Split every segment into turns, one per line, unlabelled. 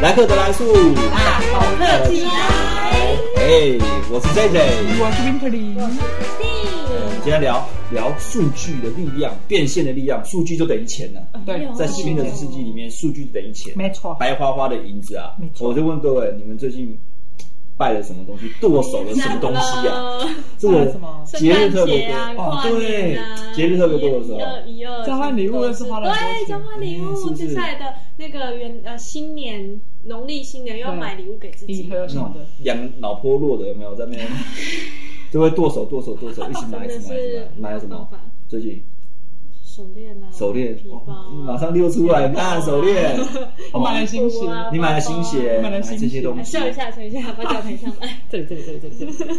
来客的来速，
大口客气来。
哎，我是 J J，
我是 Winterly，
我们今天聊聊数据的力量，变现的力量，数据就等于钱了、
哦
对，
在新的世纪里面，数据就等于钱，
没错
白花花的银子啊
没！错
我就问各位，你们最近拜了什么东西，剁手了什么东西啊？这
拜
个
了什么
节日特别
圣诞节
多
啊，
哦，
跨
对
年啊，
节日特别多的时候
一，二一二
交换礼物又是花了很多
对，
钱
交换礼
嗯是
物，
不是
现在的那个元呃新年农历新年又要
对
买礼物给自己
礼，盒
那
什么
种
的，
养脑波弱的有没有在 那边？就会剁手剁手剁手，一直买一
真
直
的
买一直
是
买，买了什
没
么
办法？
最近
手链啊，
手链
皮，包
哦
啊，
马上溜出来，看手链，
我买了新鞋
衣服，啊
你买了新鞋，
我买了新鞋
这些东
哎
西
笑。一下，笑一下，把脚抬上来。
这里这里这里这里这里，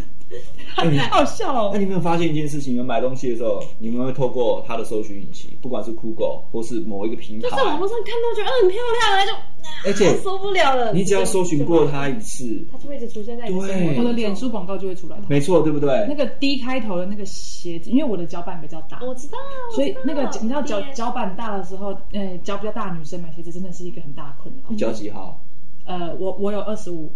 哎你
好笑
那
哦。
你有没有发现一件事情？你们买东西的时候，你们会透过它的搜寻引擎，不管是酷狗或是某一个平
就
台
在，网络上看到觉得嗯很漂亮，然后就啊
而且
受不了了。
你只要搜寻过
它，
它一次，
它就会一直出现在你的生活
对
我
中
的脸书广告就会出来，
没错，对不对？
那个 D 开头的那个鞋子，因为我的脚板比较大，
我知道，
所以
我知
那
道
个脚你知道脚
脸
脚板大的时候，呃，脚比较大的女生买鞋子真的是一个很大的困扰
你。脚几号？
呃，我我有二十五，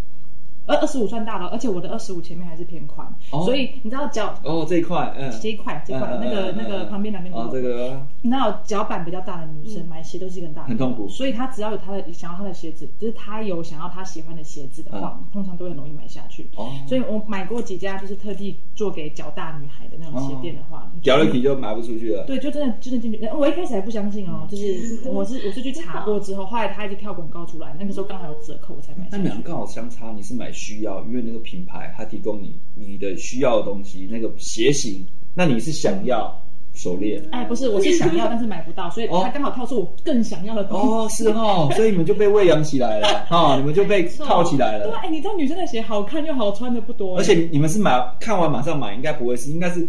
二二十五算大了，而且我的二十五前面还是偏宽，
哦
所以你知道脚
哦，这一块，嗯，
这一块这一块
嗯嗯
那个
嗯嗯
那个
嗯
旁边两边
哦，这个
那脚板比较大的女生买鞋都是一个很大的
很痛苦
所以她只要有她的想要她的鞋子，就是她有想要她喜欢的鞋子的话，通常都会很容易买下去。
嗯哦
所以我买过几家就是特地做给脚大女孩的那种鞋店的话，你就
脚了皮就买不出去了。
对，就真的真的进去。我一开始还不相信
嗯
哦，就是我是我是去查过之后，后来她一直跳广告出来，那个时候刚好有折扣，我才买
那
下
你
去
们。刚好相差，你是买需要，因为那个品牌它提供你你的需要的东西，那个鞋型，那你是想要手 链。
哎，不是，我是想要，但是买不到，所以
哦
她刚好跳出我更想要的东西。
哦，是 哦，所以你们就被喂养起来了，哦，你们就被套起来
对啊，
了。
哎，你知道女生的鞋好看又好穿的不多，
而且你们是买看完马上买，应该不会是，应该是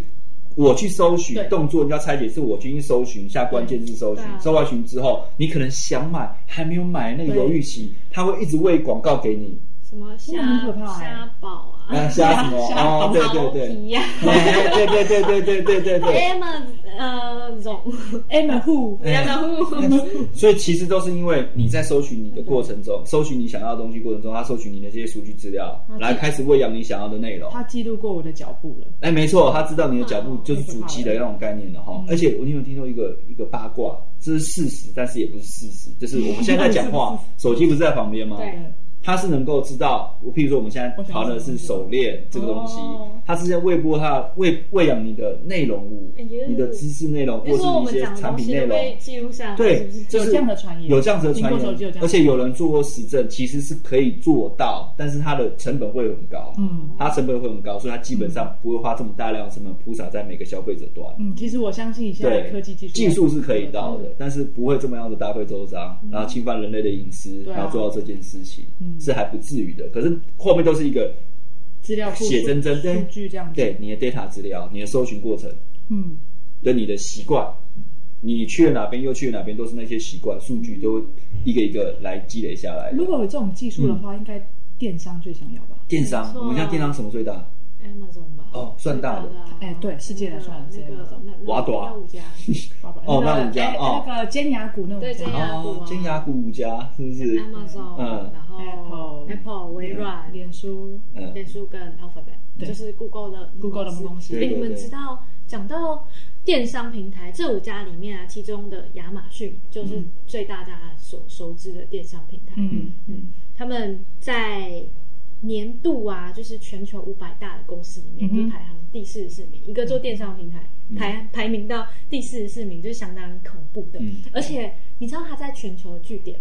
我去搜寻
对
动作，你要拆解是我去搜寻下关键字搜寻
对啊，
搜完寻之后，你可能想买还没有买，那个
对
犹豫期，他会一直喂广告给你，
什么虾
真的很可怕哎
虾堡啊，
啊，瞎什么
瞎
哦，对对
桃
对
皮，呀
哎对对对对对对对对。
，M 呃绒，
M Who
不要
哎所以其实都是因为你在搜寻你的过程中，搜寻你想要的东西过程中，他搜寻你的这些数据资料，来开始喂养你想要的内容。
他记录过我的脚步了。
哎，没错，他知道你的脚步就是主机的那种概念的哈。
嗯
而且我你有听说一个一个八卦，这是事实，但是也不是事实，就是我们现在在讲 话，手机不是在旁边吗？
对
它是能够知道，我譬如说我们现在谈的是手链这个东西
哦，
它是在喂播它喂喂养你的内容物
哎呦，
你的知识内容或
就是是我
你一
们
些
讲的
产
东
品
西
内
都被
容。
记录下来，是
对
不是？，
就是
有这样的传言
有这样子的传
苹果手机有
言
这，样
而且有人做过实证，其实是可以做到，但是它的成本会很高，
嗯
它成本会很高，所以它基本上不会花这么大量的成本铺洒在每个消费者端。
嗯，其实我相信现在
对
的，科技技术嗯
技术是可以到的，但是不会这么样的大费周章，然后侵犯人类的隐私，
对啊
然后做到这件事情，
嗯
是还不至于的。可是后面都是一个
资料库、
写真真对
数据这样子。，
对你的 data 资料、你的搜寻过程
嗯，
跟你的习惯，你去了哪边又去了哪边，都是那些习惯数据都一个一个来积累下来的。
如果有这种技术的
嗯
话，应该电商最想要吧？
电商
没，错
我们家电商什么最大？
Amazon 吧，
哦算大的
最啊
哎对世界来算
那
世界来
个
算
那那
瓦朵啊
那五家，
爸爸
哦
那
那五家
哎
哦
那个尖牙股那
对
种
尖牙
家，
哦，尖牙股五家是不是？
Amazon，
嗯
然后
Apple
Apple 微软、
脸书
嗯
脸书跟 Alphabet，
对
就是 Google 的
Google 的母公司
哎，
对
你们
对
知道讲到电商平台这五家里面啊，其中的亚马逊就是最大家所熟知的电商平台。
嗯，
嗯，
他们在年度啊，就是全球五百大的公司里面，
嗯哼
一排行第四十四
嗯
名，一个做电商平台，排排名到第四十四名，就是相当恐怖的。
嗯
而且你知道它在全球的据点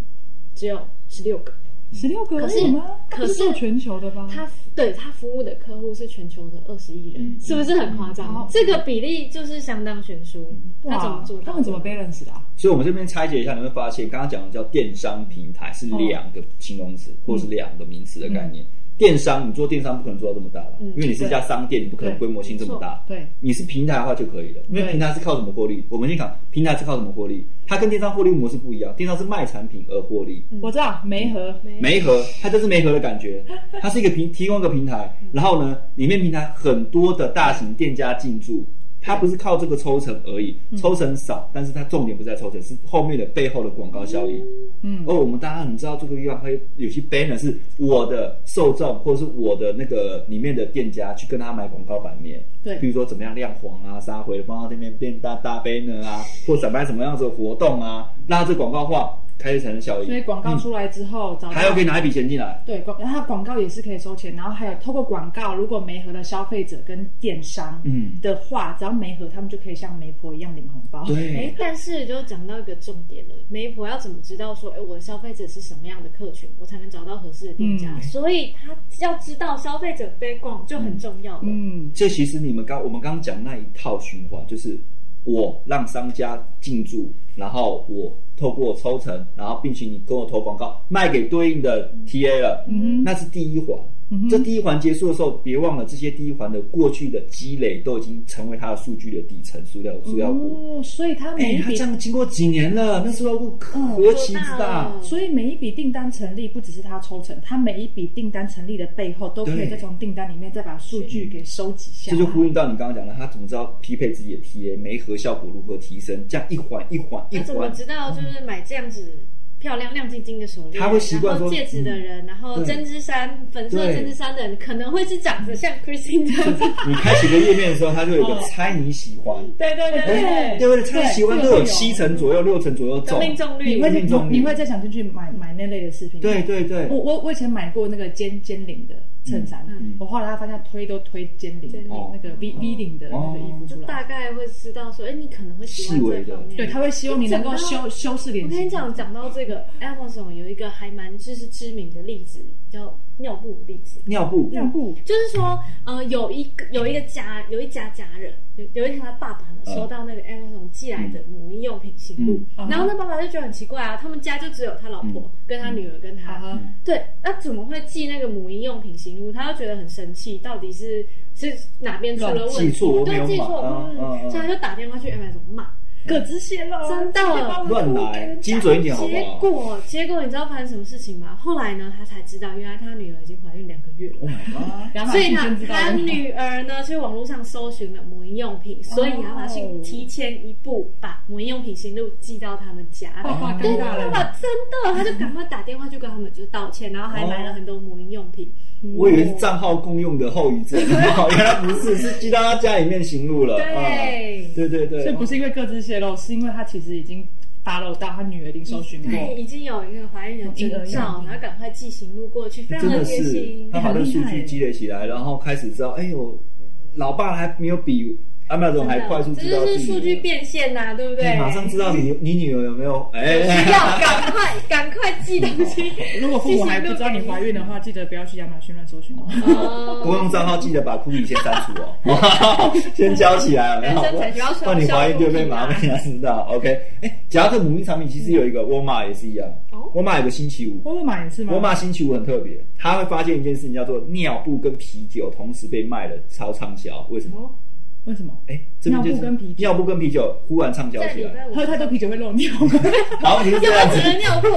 只有十六个，
十六个
可
而
是
已吗？它不
可是
做全球的吧？
它对它服务的客户是全球的二十亿人，
嗯
是不是很夸张？
嗯
这个比例就是相当悬殊。它怎么做到的？
他们怎么 balance 的啊？
所以我们这边拆解一下，你会发现，刚刚讲的叫电商平台是两个形容词，或是两个名词的概念。电商，你做电商不可能做到这么大吧？
嗯
因为你是一家商店，你不可能
对
规模性这么大。
对，
你是平台的话就可以了，因为
对
平台是靠什么获利？我们先讲平台是靠什么获利？它跟电商获利模式不一样，电商是卖产品而获利，
嗯
我知道梅和
没
媒合，它就是媒合的感觉，它是一个平提供一个平台，然后呢，里面平台很多的大型店家进驻，它不是靠这个抽成而已，
嗯
抽成少，但是它重点不在抽成，是后面的背后的广告效应。哦
嗯
而我们大家很知道，这个欲望会有些 banner 是我的受众或者是我的那个里面的店家去跟他买广告版面，
对
比如说怎么样亮黄啊、杀回帮他那边变大大 banner 啊，或展开什么样子的活动啊，让他这广告化开始产生效应。
所以广告
嗯
出来之后，找到
还要可以拿一笔钱进来。
对广，然后它广告也是可以收钱，然后还有透过广告，如果媒合的消费者跟电商
嗯
的话，只要媒合，他们就可以像媒婆一样领红包。
对
哎，，但是就讲到一个重点了，媒婆要怎么知道说，哎，我的消费者是什么样的客群，我才能找到合适的店家？
嗯
所以他要知道消费者 background 就很重要了。
嗯，
这其实你们刚我们刚刚讲那一套循环，就是我让商家进驻，然后我透过抽成，然后并且你跟我投广告，卖给对应的 TA 了，
嗯
那是第一环。这第一环结束的时候，别忘了这些第一环的过去的积累都已经成为它的数据的底层塑料塑料库。
哦，所以它每
哎、
一
它
笔
这，样经过几年了，那塑料库何其之
多大
大！
了
所以每一笔订单成立，不只是它抽成，它每一笔订单成立的背后，都可以
对
再从订单里面再把数据给收集下
这
来。
就呼应到你刚刚讲的，他怎么知道匹配自己的 TA 媒合效果如何提升？这样一环一环一
那怎么
环，
知道就是买这样子漂亮亮晶晶的手链，
他会习惯
然后
说嗯
戒指的人，然后
对
针织衫粉色
对
针织衫的人，可能会是长得像 Christine 这样子。
你开启一个页面的时候，它就有一个
哦
猜你喜欢，
对对对
哎
对
对，
不对？猜你喜欢都
这个
有
有
七成左右、六成左右中
对，命中率
你会
命中率
你会再想进去买买那类的饰品？
对对对
我，我我以前买过那个尖尖领的衬衫，
嗯
我后来发现它推都推尖领的
尖哦
领
那个 V V 领的那个衣服
就
出来，
大概会知道说，哎，你可能会喜欢
细微
这
的
方面。
对，他会希望你能够
就整
修
个
修饰脸
我
型。
跟你讲，讲到这个 Amazon 有一个还蛮就是知名的例子，叫尿布例子。
尿布
尿布，
就是说，呃，有一个有一个家有一家家人，有有一天他爸爸呢
嗯
收到那个 Amazon 寄来的母婴用品信物，
嗯
然后他爸爸就觉得很奇怪啊，他们家就只有他老婆、
嗯
跟他女儿跟他，
啊哈
对，那怎么会寄那个母婴用品行路？他就觉得很生气，到底是是哪边出了问
寄
题？
错没有
对，
买
寄错，
嗯
嗯，
嗯嗯
所以他就打电话去 Amazon 骂，
各自泄露，
真的
乱来，精准一点好不
结
好
果结果你知道发生什么事情吗？后来呢，他才知道，原来他女儿已经怀孕两个月了。
？Oh my god！
然后
所以
你
呢
先知，道
他女儿呢去网络上搜寻了母婴用品，所以亚马逊提前一步把母婴用品行路寄到他们家。
爸
哦
爸
对
尴尬
他爸
了，
爸真的，他就赶快打电话去跟他们就道歉，然后还买了很多母婴用品。
我以为是账号共用的后遗 症，原来不是，是寄到他家里面行路了。
对
嗯对对对，
所以不是因为各自泄露，是因为他其实已经发漏到他女儿已经搜寻过。
对，已经有一个怀孕的征兆，然后赶快寄行路过去，非常
真
的
的
贴
是
心。
他把这个数据积累起来，然后开始知道，哎呦，老爸还没有比 Amazon 还快速
这
知道
就
自
是
己哎
数据变现呐、对不对？
马上知道你你女儿有没有哎。
要赶快赶快寄东西。
如果父母还不知道你怀孕的话，记得不要去亚马逊乱搜寻哦。
公用
哦，
账号记得把库里先删除 哦，先交起来，没有
人生才需要？
到你怀孕就被麻烦人家知道。OK，哎，讲到这母婴产品，其实有一个沃尔玛也是一样
哦，
沃尔玛有个星期五，
沃尔玛也是吗？
沃尔玛星期五很特别，他会发现一件事情，叫做尿布跟啤酒同时被卖了，超畅销。为什么？
为什么？
哎，这边就是
尿布跟啤酒
尿布跟啤酒忽然畅销
在
起
礼
来，
拜五
喝太多啤酒会漏尿 吗？
好，你是
有
这
没
样
有
子
只，能尿布？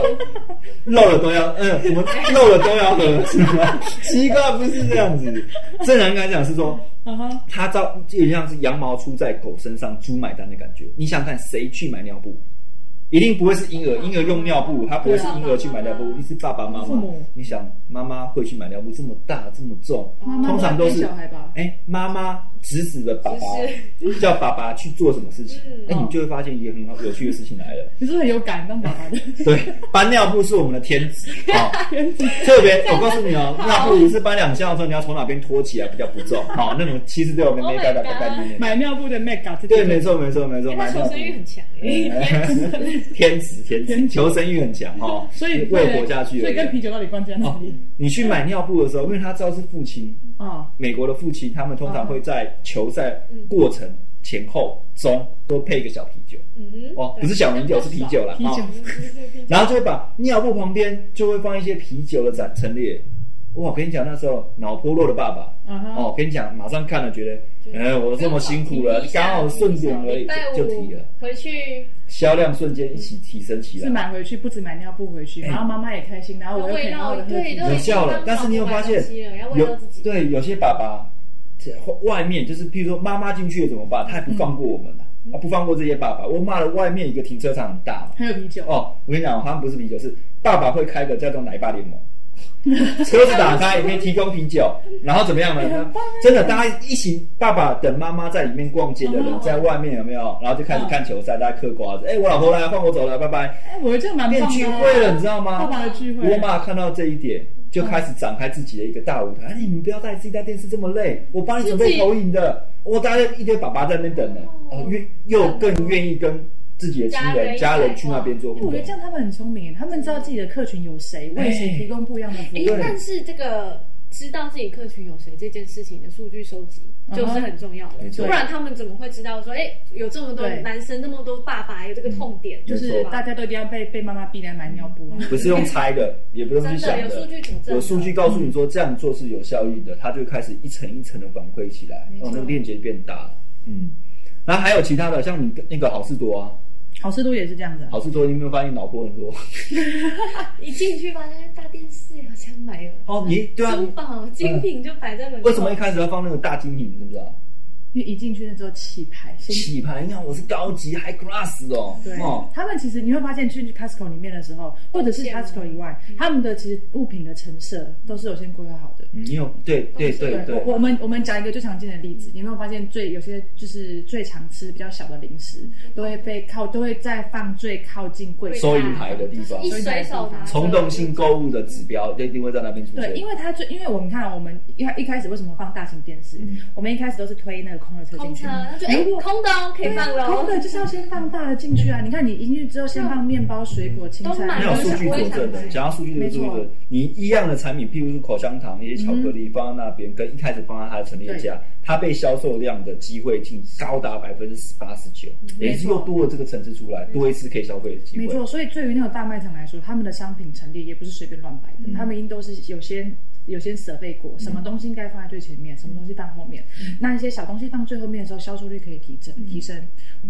漏了都要，嗯，我们漏了都要喝，是吗？奇怪，不是这样子。正常来讲是说，
啊哈，
它照有点像是羊毛出在狗身上，猪买单的感觉。你想看谁去买尿布？一定不会是婴儿，婴儿用尿布，他不会是婴儿去买尿布，一定是爸爸妈
父
妈
母。
你想，妈妈会去买尿布，这么大这么重，
妈妈
通常都
在陪
是
小孩吧
哎，妈妈指使着爸爸，叫爸爸去做什么事情，哎，你就会发现一个很好有趣的事情来了。
你是不是很有感啊当爸 爸的？
对，搬尿布是我们的天 职啊、好特别，我告诉你 哦，尿布是搬两箱的时候，你要从哪边拖起来比较不重，好、那种其实对我们
Oh
没
my
大大概
God
念。
买尿布的 make 啊，
对，没错，没错，没错，
他
买
求
尿布
生欲很强，
天职，天职，求生欲很强哦，
所以
为了活下去
所以跟啤
而已。啊哦
酒到底关键在哪里？
你去买尿布的时候，因为他知道是父亲，
啊，
美国的父亲，他们通常会在球赛过程前后
嗯
中都配一个小啤酒，
嗯，
哦，不是小米酒，是啤酒啦，
啤
哦
酒
然后就会把尿布旁边就会放一些啤酒的展陈列。哇，我跟你讲，那时候脑波弱的爸爸，
啊哈
哦，我跟你讲，马上看了觉得，哎，我这么辛苦了，刚好顺点而已
礼拜
就提
五
了，
回去
销量瞬间一起提升起
是
来，
买回去不止买尿布回
哎
去，然后妈妈也开心，然后我又可以
味
好
道
好的喝
对
啤酒
都
有效了。但是你有发现
要喂到
有
自己
对有些爸爸外面就是，譬如说妈妈进去了怎么办？他也不放过我们啊，啊不放过这些爸爸。我骂了外面一个停车场很大嘛，
还有啤酒，
哦，我跟你讲，好像不是啤酒，是爸爸会开个叫做奶爸联 盟。车子打开，里面提供啤酒，然后怎么样呢？真的，
啊
大家一起，爸爸等妈妈在里面逛街的人，在外面有没有？然后就开始看球赛，大家嗑瓜子。哎，我老婆来，换我走了，拜拜。
哎，我觉得这样嗯蛮棒
变
的啊，
聚会了，你知道吗？
爸爸的聚会，
我妈看到这一点，就开始展开自己的一个大舞台。哎，你们不要带自己带电视这么累，我帮你准备投影的。我大家一堆爸爸在那边等呢，哦，愿又更愿意跟自己的亲人、家人去那边做
因为
互
我觉
动
得。这样他们很聪明，他们知道自己的客群有谁，为谁提供不一样的服
哎
诶
务。
但是这个知道自己客群有谁这件事情的数据收集就是很重要
没
的，
错
不然他们怎么会知道说，哎，有这么多
对
男生，那么多爸爸，有这个痛点，
就是
吧
大家都一定要被被妈妈逼来买尿布啊！
不是用猜的，也不用去
真
想
的有数据佐证，
有数据。告诉你说这样做是有效益的，它就开始一层一层的反馈起来，
没
哦
错，
那个链接变大了。嗯，然后还有其他的，像你那个好事多啊，
好事多也是这样的，
好事多，你有没有发现脑波很弱？
一进去发现大电视好像买了。
哦，你对啊，
珠宝精品就摆在门口，
为什么一开始要放那个大精品？你知不知道？
因为一进去那时候气派，先
洗牌，你看我是高级 high class 哦，
对
哦，，
他们其实你会发现去 Costco 里面的时候，或者是 Costco 以外，
嗯
他们的其实物品的陈设都是有先规划好的。
嗯你有对对对对，
我我们我们讲一个最常见的例子，你有没有发现最有些就是最常吃比较小的零食，
嗯
都会被靠都会在放最靠近柜台
收银台的地方
一，随手拿着
冲动性购物的指标就一定会在那边出现。
对，因为它最，因为我们看我们一一开始为什么放大型电视？
嗯
我们一开始都是推那个空的车进
空
去
车，
嘛，
他就哎、空的哦，可以放了
空
哦。
的就是要先放大的进去啊！你看你一进去之后，先放面包、水果、青
都买
菜，
没有
了
数据
我
佐
也想
证的
买，
讲到数据佐证
没错
的，你一样的产品，譬如说口香糖、那些巧克力放在那边，跟一开始放在它的陈列架，它被销售量的机会竟高达百分之八十九，也
没
是
错
又多了这个层次出来，多一次可以消费的机
没错，
会。
所以对于那种大卖场来说，他们的商品陈列也不是随便乱摆
嗯
的，他们一定都是有些有些设备过，什么东西应该放在最前面，什么东西放后面。
嗯
那一些小东西放最后面的时候，销售率可以提升提升。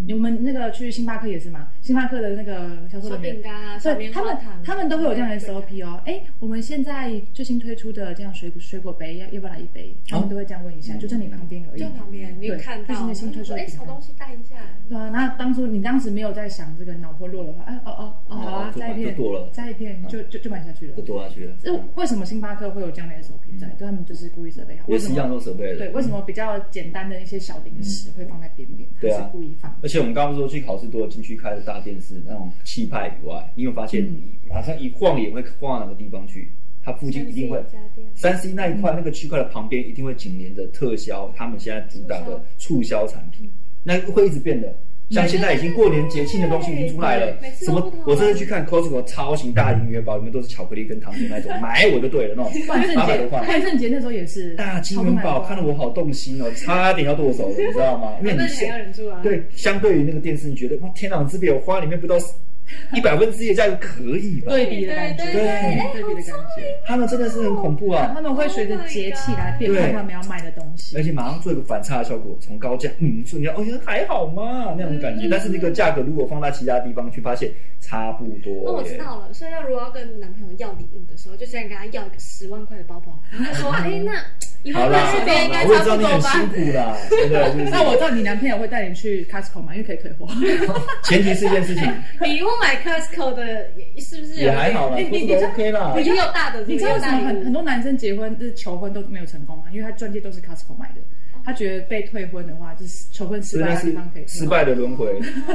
你们那个去星巴克也是嘛？星巴克的那个销售
小
人
饼
员。
干啊，小
对
棉
他
花
们
糖，，
他们都会有这样的
对啊
SOP 哦。哎，我们现在最新推出的这样水果水果杯，要要不要来一杯？他们都会这样问一下，就在你旁边而已。
哦就旁边你有
对
看
就是
到，
那新
就
推出
说
的
哎、
饼
小
干
东西带一下。
对啊，那当初你当时没有在想这个脑波弱的话，哎哦哦哦，好啊
哦，就
再一片
就剁了啊
再一片就就就买下去了
就。多下去了，
这为什么星巴克会有这样的 SOP 在？对他们就是故意设备好，
也
为什
是一样
么？
都准备了。
对，为什么比较简单的一些小零食会放在边边？它
对啊
是故意放的。
而且我们刚刚说去考试多进去开了大电视那种气派以外，你有发现嗯马上一晃眼会晃到哪个地方去？它附近一定会
三 C 家电
三 C 那一块、那个区块的旁边一定会紧连着特销，他们现在主打的促销产
嗯
品，那会一直变的。像现在已经过年节庆的东西已经出来了
对每，次
什
都不
么
同
我这次去看 Costco 超型大型元宝，里面都是巧克力跟糖果 那种，买我就对了那种，
万圣
八百多
节，
块。
万圣节那时候也是
大金元宝看得我好动心哦，差点要剁手了，你知道吗？因为
那
你
你还
现
要忍住啊！，
对，相对于那个电视，你觉得哇，天壤之别，我花里面不到一百分之一的价格可以吧？
对比的感觉，
对
对哎对
对比的感觉。
他们真的是很恐怖啊！
他们会随着节气来变换
对
他们要卖的东西
而。且马上做一个反差的效果，从高价，嗯，瞬间，哦，原来还好嘛，那种
嗯
感觉。但是那个价格如果放到其他地方去，发现差不多。
那我知。道了。所以要如果要跟男朋友要礼物的时候，就先跟他要一个十万块的包包，他说哎、那以后
好啦，
这边应该
我也
差
知道你
不多
很
吧
辛？苦啦，真的就是。
那我知道你男朋友会带你去 Costco 嘛，因为可以退货。
前提是一件事情，
礼物买 Costco 的也是不 是有
也
啊
还好啦，
你你
不
你
是 OK 啦
我。
你
也有大的，
你知道为什么很很
多
多男生结婚就是求婚都没有成功吗？因为他钻戒都是 Costco 买的，他觉得被退婚的话，就是求婚失
所以
败
那
的地
是
方可以退
失。败的轮 回，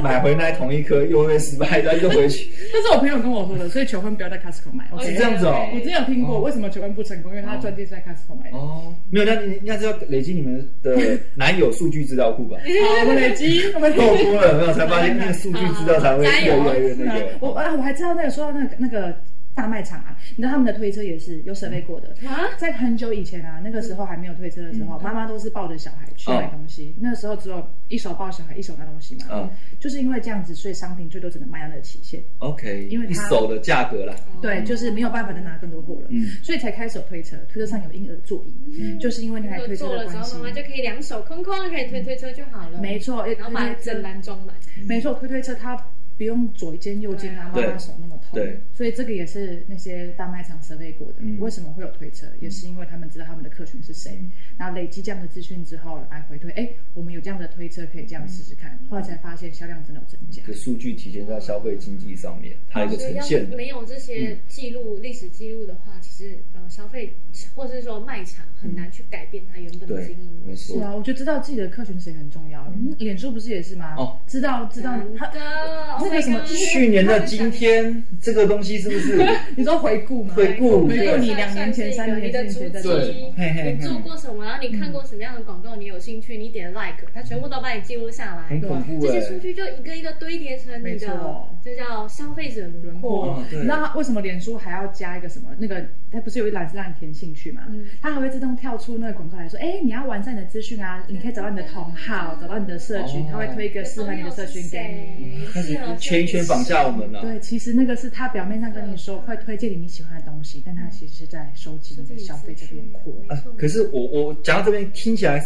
买回来同一颗又会失败，然后又回去，
这是我朋友跟我说的，所以求婚不要在 Costco 买。我
哦
是
之前
这样子哦。
我之前有听过
哦
为什么求婚不成功，因为他钻戒是在 Costco 买的。好，
哦，没有，那你应该是要累积你们 的男友数据资料库吧？
我们累积，我们
够多了，没有才发现那个数据资料才会
哦加
越
油
来越那
我
个。
啊，我还知道那个说到那个那个大卖场啊，你知道他们的推车也是有设备过的。
啊，
在很久以前啊，那个时候还没有推车的时候，妈妈都是抱着小孩去买东西。那时候只有一手抱小孩，一手拿东西嘛。
嗯
就是因为这样子，所以商品最多只能卖到那个期限。
OK，
因为
你
它
手的价格啦，
对，就是没有办法再拿更多货了。
哦嗯
所以才开始有推车，推车上有婴儿座椅，就是因为那台
如果
推车的
做了之
关系
后，。妈妈就可以两手空空，可以推推车就好了。
没错，
然后把
推推
整篮装满。
没错，推推车它不用左肩右肩拿妈
对啊
妈手那么痛。
对，
所以这个也是那些大卖场设备过的。
嗯
为什么会有推车？也是因为他们知道他们的客群是谁，然后累积这样的资讯之后来回推。哎，我们有这样的推车可以这样试试看，
嗯
后来才发现销量真的有增加。
这数据体现在消费经济上面，它有一个
所以
呈
要是
现的
没。有这些记录、历史记录的话，其实呃，消费或是说卖场很难去改变它原本的
对
经营，
没
模式。
错
是。啊，我觉得知道自己的客群谁很重要。脸书不是也是吗？
嗯哦
知道知道他
哥，
那个什么
去年的今 天，这个东西是不是？
你说回顾吗？
回顾
回顾你两年前、三
算是
年
一个
前
你
觉
的
得
足迹
对嘿嘿，嘿
你做过什么，然后你看过什么样的广告，你有兴趣，你点 like，它全部都帮你记录下来
很。恐怖
啊这
哎、
些数据就一个一个堆叠成你
没
的
错，
这叫消费者轮廓。
过
哦对
你知道他为什么脸书还要加一个什么？那个它不是有一栏是让你填兴趣嘛？
嗯
它还会自动跳出那个广告来说：“哎，你要完善你的资讯啊，你可以找到你的同好，找到你的社群
哦，
它会推一个适合你的社群给你。”
你
嗯开始圈一圈绑架我们啊了、
对，其实那个是他表面上跟你说会推荐你你喜欢的东西，但他其实是在收集你的消费者轮廓。
啊，可是我我讲到这边听起来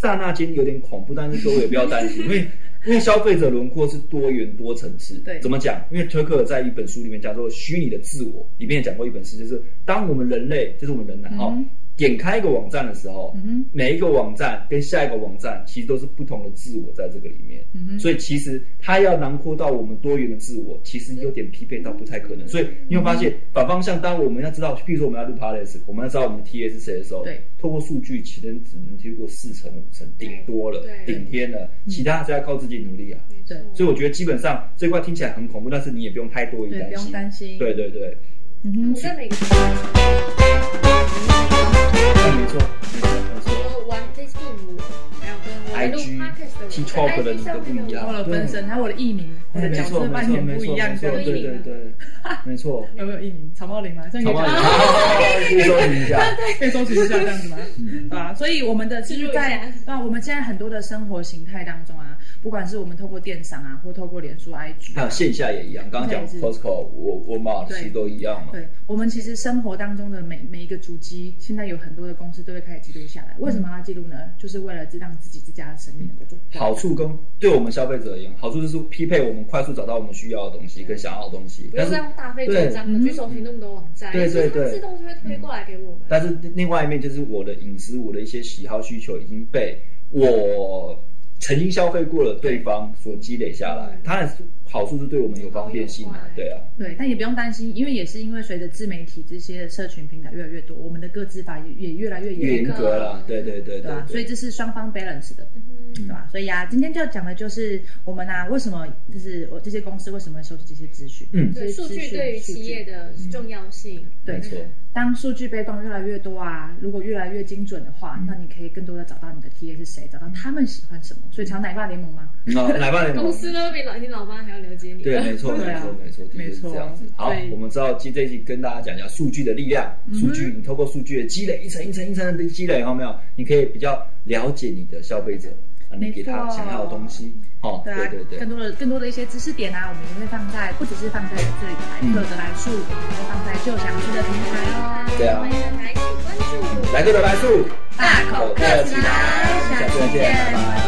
刹那间有点恐怖，但是各位也不要担心，因为因为消费者轮廓是多元多层次。
对
怎么讲？因为推克在一本书里面叫做《虚拟的自我》，里面也讲过一本诗，就是当我们人类，就是我们人啊、哦，点开一个网站的时候，
嗯哼
每一个网站跟下一个网站其实都是不同的自我在这个里面。
嗯
所以其实它要囊括到我们多元的自我，其实有点匹配到不太可能。所以你有发现反方向，当我们要知道，譬如说我们要录 podcast，我们要知道我们的 TA 是谁的时候，
对，
透过数据，其实只能透过四成、五成，顶多了，
对
顶天了，
嗯
其他就要靠自己努力啊。
对
对
所以我觉得基本上这块听起来很恐怖，但是你也不用太多
对
疑，
不用担心。嗯
对对对，
我在美国
那哎没错，没错，没错。
玩 Facebook，还有跟我录
IG
podcast 的
TikTok 的你都不一样
我的分身，还有我的艺名，我的
没
角
错，
色
没
扮
错，
演
没
不一
错，
样
没，错，
这样
对对对， 没错。
有没有艺名？草帽领吗？这样
好
也
不好？
可以
可 以收集一下。
可以搜寻一下这样子吗？对啊，所以我们的就是在对啊，我们现在很多的生活形态当中啊，不管是我们透过电商啊，或透过脸书、IG，
还有
啊
线下也一样，刚刚讲
对是
Costco、我我妈其实都一样嘛。
对，我们其实生活当中的每每一个足迹，现在有很多的公司都会开始记录下来。为什么要记录呢？就是为了让自己自家的生命能够做更嗯好
好处跟对我们消费者而言，好处就是匹配我们快速找到我们需要的东西跟想要的东西，
不
但
用
是嗯
这样大费周章的去搜寻那么多网站，
对对对
它自动就会推过来给我们。
但是另外一面就是我的隐私，我的一些喜好需求已经被我曾经消费过的对方所积累下
嗯
来。当然，好处是对我们有方便性
哦
啊，对啊，
对，但也不用担心，因为也是因为随着自媒体这些社群平台越来越多，我们的各自法也也越来越
严
严格，
格啦，对对对
对吧、
对，
所以这是双方 balance 的，
嗯
对
嗯
吧、所以啊，今天就要讲的就是我们啊，为什么就是我这些公司为什么会收集这些资讯？
嗯
这
对
些
数
资
据
讯
对于
数据
企业的重要性，
没错，
当数据被动越来越多啊，如果越来越精准的话，
嗯
那你可以更多的找到你的 TA 是谁，找到他们喜欢什么。所以，常奶爸联盟吗？
那来吧，
公司都比老你老妈还要了解你。
嗯对，没错，没
对啊
错，没错，的确是这样子
没错。
好
所以，嗯
我们知道今这一集跟大家讲一下数据的力量。数据，你透过数据的积累，一层一层一层的积累，有没有？你可以比较了解你的消费者，啊，你给他
没错
想要的东西。哦，对
啊，
对对，
更多的更多的一些知识点啊，我们也会放在，不只是放在这里来
嗯
客的来数，我们会放在旧祥区的平台哦。
对啊
欢迎大家一起关注。
来个的来数，
大口客
客
气
气
啦，
啦，
下
下
次
次再见，，
见
拜拜。